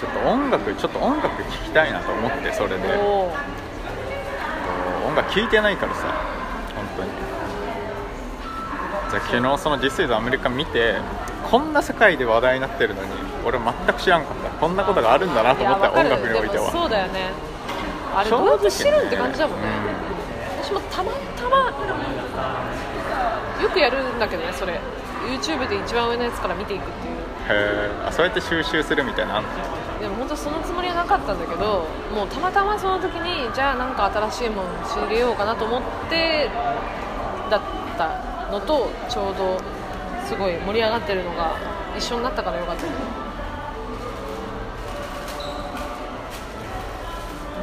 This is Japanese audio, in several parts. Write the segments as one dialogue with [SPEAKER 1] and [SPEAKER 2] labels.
[SPEAKER 1] ちょっと音楽ちょっと音楽聴きたいなと思ってそれで
[SPEAKER 2] お
[SPEAKER 1] 音楽聴いてないからさ本当にじゃあ昨日その「This is アメリカ」見てこんな世界で話題になってるのに俺全く知らんかったこんなことがあるんだなと思った音楽において
[SPEAKER 2] やわ
[SPEAKER 1] は
[SPEAKER 2] かるでもそうだよねあれ
[SPEAKER 1] 正
[SPEAKER 2] ど
[SPEAKER 1] 直ね
[SPEAKER 2] うやって知るんって感じだもんね、
[SPEAKER 1] う
[SPEAKER 2] 私もたまたまよくやるんだけどねそれ YouTube で一番上のやつから見ていくっていう
[SPEAKER 1] へえあそうやって収集するみたいなのあんの
[SPEAKER 2] でも本当そのつもりはなかったんだけどもうたまたまその時にじゃあなんか新しいもの仕入れようかなと思ってだったのとちょうどすごい盛り上がってるのが一緒になったからよかったけど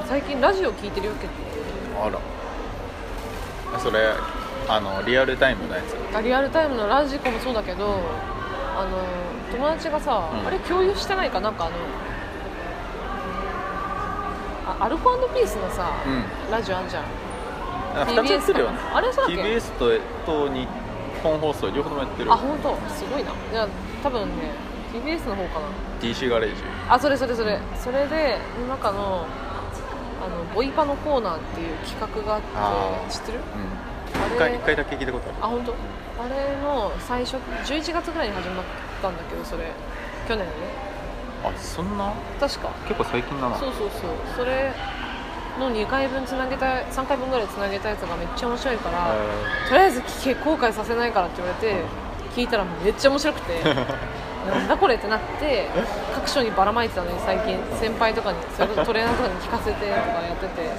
[SPEAKER 2] 最近ラジオ聞いてるよ結
[SPEAKER 1] あらえそれあのリアルタイムのやつ
[SPEAKER 2] 構リアルタイムのラジコもそうだけどあの友達がさ、
[SPEAKER 1] うん
[SPEAKER 2] あれ共有してないかなんかあのあアルコピースのさ、
[SPEAKER 1] うん
[SPEAKER 2] ラジオあんじゃん
[SPEAKER 1] なんか2つやってるよね
[SPEAKER 2] TBS かなあれそうだっけ
[SPEAKER 1] TBS とと日本放送両方ともやってる
[SPEAKER 2] あ本当すごいないや多分ね TBS の方か
[SPEAKER 1] DC ガレージ
[SPEAKER 2] なあそれそれそれそれでの中のあのボイパのコーナーっていう企画があっ
[SPEAKER 1] あー
[SPEAKER 2] て知ってる
[SPEAKER 1] う
[SPEAKER 2] あ
[SPEAKER 1] ん
[SPEAKER 2] れ
[SPEAKER 1] 一回一回だけ聞いたことある
[SPEAKER 2] あ本当あれの最初11月ぐらいに始まったんだけどそれ去年ね
[SPEAKER 1] あそんな
[SPEAKER 2] 確か
[SPEAKER 1] 結構最近だな
[SPEAKER 2] そうそうそうそれの2回分つなげた3回分ぐらいつなげたやつがめっちゃ面白いから、
[SPEAKER 1] へ
[SPEAKER 2] とりあえず聞け後悔させないからって言われて聞いたらめっちゃ面白 くてなんだこれってなって各所にばらまいてたのに最近先輩とかにそれこそトレーナーとかに聞かせてとかやってて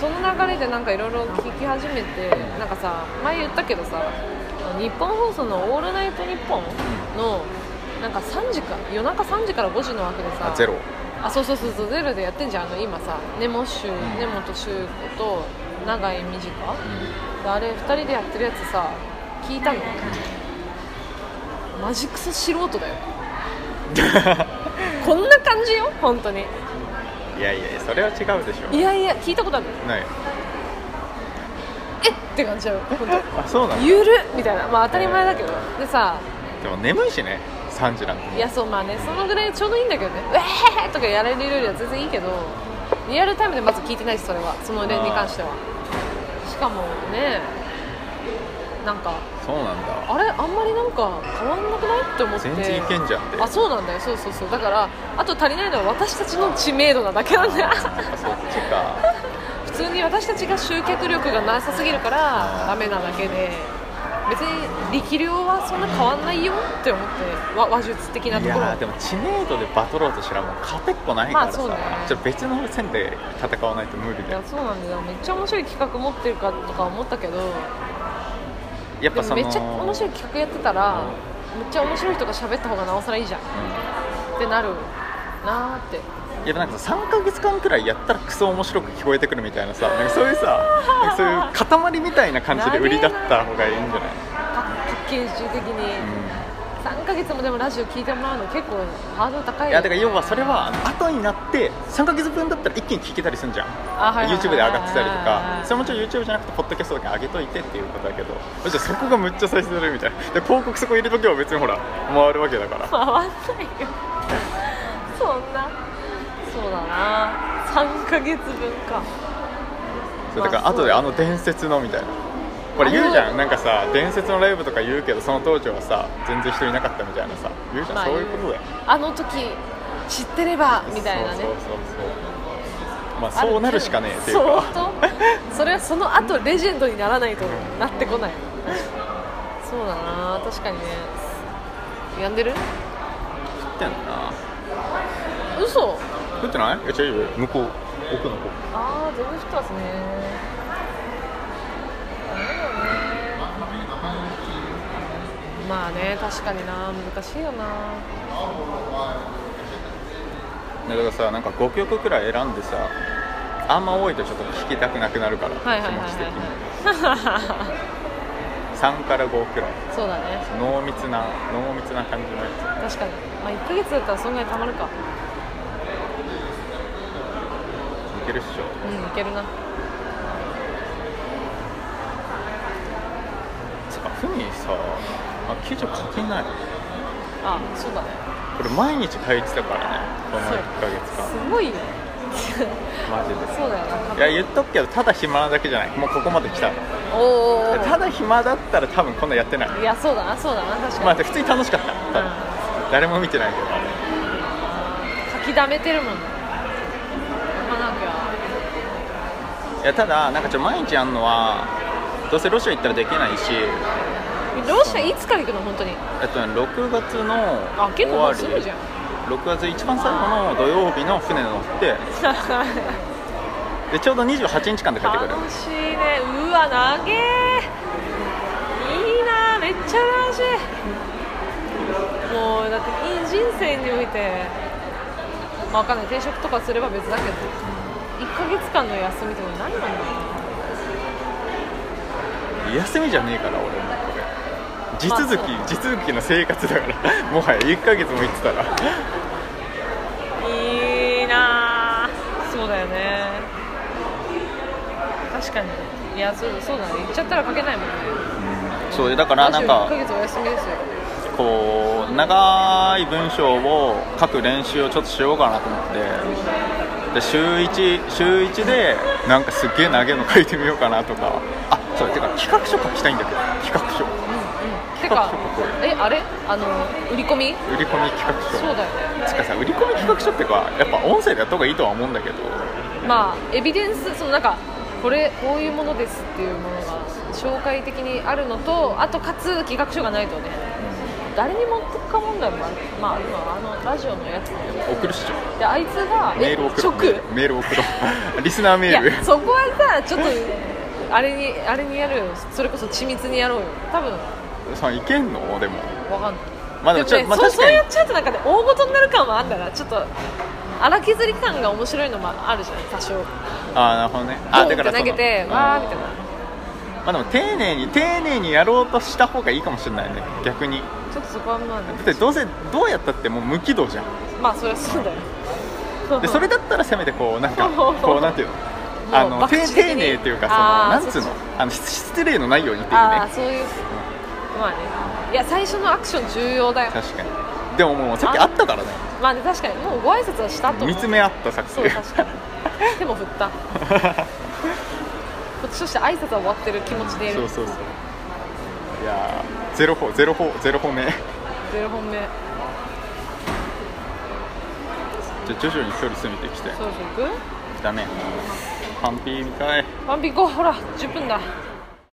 [SPEAKER 2] その流れでなんかいろいろ聞き始めてなんかさ前言ったけどさ日本放送の「オールナイトニッポン」のなんか3時か夜中3時から5時の枠でさ
[SPEAKER 1] あゼロ
[SPEAKER 2] あそうそうそうそうゼロでやってんじゃんあの今さ根本修
[SPEAKER 1] ん
[SPEAKER 2] 根本修子と永井美智香であれ2人でやってるやつさ聞いたのマジクソ素人 だよこんな感じよ本当に
[SPEAKER 1] いやいやいやそれは違うでし
[SPEAKER 2] い
[SPEAKER 1] ょ
[SPEAKER 2] やいや聞いたことある
[SPEAKER 1] ない
[SPEAKER 2] えって感じだよ本
[SPEAKER 1] あそうな
[SPEAKER 2] 当
[SPEAKER 1] の
[SPEAKER 2] ゆるっみたいなまあ当たり前だけどでさ
[SPEAKER 1] でも眠いしね3時なんて
[SPEAKER 2] いやそうまあねそのぐらいちょうどいいんだけどねうえーとかやられるよりは全然いいけどリアルタイムでまず聞いてないしそれはその例に関してはしかもねなんか
[SPEAKER 1] そうなんだ
[SPEAKER 2] あれあんまりなんか変わんなくないって思って
[SPEAKER 1] 全然いけんじゃんって
[SPEAKER 2] あそうなんだよそうそうそうだからあと足りないのは私たちの知名度なだけなんだ よ
[SPEAKER 1] あそっちか
[SPEAKER 2] 普通に私たちが集客力がなさすぎるからダメなだけで別に力量はそんな変わんないよって思ってわ話術的なと
[SPEAKER 1] い
[SPEAKER 2] ころ
[SPEAKER 1] やーでも知名度でバトろうとしたらもう勝てっこないからさ、
[SPEAKER 2] まあそうね
[SPEAKER 1] ちょっと別の線で戦わないと無理
[SPEAKER 2] い
[SPEAKER 1] だ
[SPEAKER 2] や
[SPEAKER 1] よ
[SPEAKER 2] そうなんだよめっちゃ面白い企画持ってるかとか思ったけど
[SPEAKER 1] やっ
[SPEAKER 2] で
[SPEAKER 1] ぱ
[SPEAKER 2] も
[SPEAKER 1] その
[SPEAKER 2] めっちゃ面白い企画やってたらめっちゃ面白い人が喋った方がなおさらいいじゃんっ
[SPEAKER 1] うん
[SPEAKER 2] てなるなーって
[SPEAKER 1] いやなんかさ3ヶ月間くらいやったらクソ面白く聞こえてくるみたいなさなんかそういうさなんかそういう塊みたいな感じで売りだった方がいいんじゃない、
[SPEAKER 2] パッケージ的に3ヶ月もでもラジオ聞いてもらうの結構ハードル
[SPEAKER 1] うん、
[SPEAKER 2] 高いよ
[SPEAKER 1] いやだから要はそれは後になって3ヶ月分だったら一気に聞けたりするじゃん、
[SPEAKER 2] あはいはいはい
[SPEAKER 1] YouTube で上がってたりと
[SPEAKER 2] はい
[SPEAKER 1] かそれもちろん YouTube じゃなくてポッドキャストだけ上げといてっていうことだけどむしろそこがむっちゃ再生されるみたいなで広告そこ入れとけば別にほら回るわけだから
[SPEAKER 2] 回んないよそんなそうだな3ヶ月分か
[SPEAKER 1] それだから
[SPEAKER 2] まあそう
[SPEAKER 1] 後であの伝説のみたいなこれ言うじ
[SPEAKER 2] あ
[SPEAKER 1] ゃ
[SPEAKER 2] の
[SPEAKER 1] んなんかさ伝説のライブとか言うけどその当時はさ全然人いなかったみたいなさ言うじゃん、
[SPEAKER 2] まあ
[SPEAKER 1] そういうことだよ
[SPEAKER 2] あの時知ってればみたいなね
[SPEAKER 1] そうそうそうそうまあそうなるしかねえっていうか
[SPEAKER 2] そうそれはその後レジェンドにならないとなってこないそうだな確かにね病んでる
[SPEAKER 1] 食ってんのな
[SPEAKER 2] 嘘
[SPEAKER 1] 食ってないえ違う違う向こう奥の方
[SPEAKER 2] ああ全部降ってますねダメだよねまあね確かにな難しいよな
[SPEAKER 1] だからさなんか5曲くらい選んでさあんま多いとちょっと聞きたくなくなるから、
[SPEAKER 2] はいはいはいはい
[SPEAKER 1] 気持ち的に3から5くらい
[SPEAKER 2] そうだね
[SPEAKER 1] 濃密な濃密な感じのやつ
[SPEAKER 2] 確かにまあ1ヶ月だったらそんぐらいたまるか
[SPEAKER 1] いけるっしょ
[SPEAKER 2] うんいけるな
[SPEAKER 1] つうかふみさあ記事書きない
[SPEAKER 2] あそうだね
[SPEAKER 1] これ毎日書いてたからねこの1ヶ月間
[SPEAKER 2] すご いよ
[SPEAKER 1] マジで
[SPEAKER 2] そうだよない
[SPEAKER 1] や言っとくけどただ暇なだけじゃないもうここまで来た
[SPEAKER 2] おーおーおー
[SPEAKER 1] ただ暇だったら多分こんなやってない
[SPEAKER 2] いやそうだなそうだな確かに、
[SPEAKER 1] まあ普通に楽しかった多分誰も見てないけどあれ
[SPEAKER 2] うん書きだめてるもんねまあなんか
[SPEAKER 1] いやただなんかちょ毎日やるのはどうせロシア行ったらできないし
[SPEAKER 2] ロシアいつから行くの本当に
[SPEAKER 1] えっとね6月の
[SPEAKER 2] あ結構もうす
[SPEAKER 1] 終
[SPEAKER 2] ぐ
[SPEAKER 1] わり
[SPEAKER 2] じゃん
[SPEAKER 1] 6月一番最後の土曜日の船乗ってで ちょうど28日間で帰ってくる
[SPEAKER 2] 楽しいねうわ長えいいなめっちゃ羨ましいもうだっていい人生においてまあわかんない転職とかすれば別だけど1ヶ月間の休みって何なんだろ
[SPEAKER 1] 休みじゃねえから俺もこれ地続き、
[SPEAKER 2] まあ
[SPEAKER 1] 地続きの生活だから もはや1ヶ月も行ってたら
[SPEAKER 2] うないいなそうだよね確かにいやそうそうだね行っちゃったら書けないもんね
[SPEAKER 1] そうでだからなんか
[SPEAKER 2] 1ヶ月お休みですよ
[SPEAKER 1] こう長い文章を書く練習をちょっとしようかなと思ってで週1週1でなんかすっげえ長いの書いてみようかなとかあそうてか企画書書きたいんだけど企画書
[SPEAKER 2] うんて
[SPEAKER 1] 企画
[SPEAKER 2] か
[SPEAKER 1] 書書こ
[SPEAKER 2] えあれあの売り込み
[SPEAKER 1] 売り込み企画
[SPEAKER 2] そう
[SPEAKER 1] 書
[SPEAKER 2] だよね
[SPEAKER 1] つかさ売り込み企画書ってかやっぱ音声でやった方がいいとは思うんだけど
[SPEAKER 2] まあエビデンスそのなんかこれこういうものですっていうものが紹介的にあるのとあとかつ企画書がないとね誰に持ってくか問題もあるまあ今あのラジオのやつ
[SPEAKER 1] 送るっしょ
[SPEAKER 2] であいつが
[SPEAKER 1] メール送ろう
[SPEAKER 2] 直
[SPEAKER 1] メール送ろう リスナー
[SPEAKER 2] い
[SPEAKER 1] メー
[SPEAKER 2] や
[SPEAKER 1] ル
[SPEAKER 2] そこはさちょっとあれにあれにやるよそれこそ緻密にやろうよ多分
[SPEAKER 1] さいけんのでも
[SPEAKER 2] わかんない
[SPEAKER 1] まあで
[SPEAKER 2] で
[SPEAKER 1] も
[SPEAKER 2] も
[SPEAKER 1] ちょ
[SPEAKER 2] ね、
[SPEAKER 1] まあ
[SPEAKER 2] そう
[SPEAKER 1] 確
[SPEAKER 2] そう
[SPEAKER 1] かに
[SPEAKER 2] やっちゃうとなんかね大ごとになる感はあんだなちょっと荒削り感が面白いのもあるじゃない多少
[SPEAKER 1] ああなるほどねあ
[SPEAKER 2] ボンって
[SPEAKER 1] そ
[SPEAKER 2] 投
[SPEAKER 1] の
[SPEAKER 2] げて
[SPEAKER 1] うん
[SPEAKER 2] わーみたいな
[SPEAKER 1] まあでも丁寧に丁寧にやろうとした方がいいかもしれないね逆に
[SPEAKER 2] ちょっとそこはまあね
[SPEAKER 1] だってどうせどうやったってもう無軌道じゃん
[SPEAKER 2] まあそりゃそうだよ
[SPEAKER 1] でそれだったらせめてこうなんかこうなんていうの
[SPEAKER 2] う
[SPEAKER 1] あの
[SPEAKER 2] 爆
[SPEAKER 1] て
[SPEAKER 2] 竹的に
[SPEAKER 1] 丁寧っていうか
[SPEAKER 2] あー
[SPEAKER 1] そのなんつうの
[SPEAKER 2] そっ
[SPEAKER 1] あの失失礼のないようにっていう
[SPEAKER 2] ああ
[SPEAKER 1] ね
[SPEAKER 2] そういうまあねいや最初のアクション重要だよ
[SPEAKER 1] 確かにでももうさっきあったからね
[SPEAKER 2] まあね確かにもうご挨拶はしたと思う
[SPEAKER 1] 見つめ合ったさっき
[SPEAKER 2] そう確かに手も 振ったこっちとして挨拶は終わってる気持ちでい
[SPEAKER 1] そう
[SPEAKER 2] る
[SPEAKER 1] そうそういやーゼロ歩ゼロ歩ゼロ歩目
[SPEAKER 2] 0本目
[SPEAKER 1] じゃあ徐々に距離詰めてきて
[SPEAKER 2] そうそう行
[SPEAKER 1] だねパンピーみたい
[SPEAKER 2] くワンピ行こうほら10分だ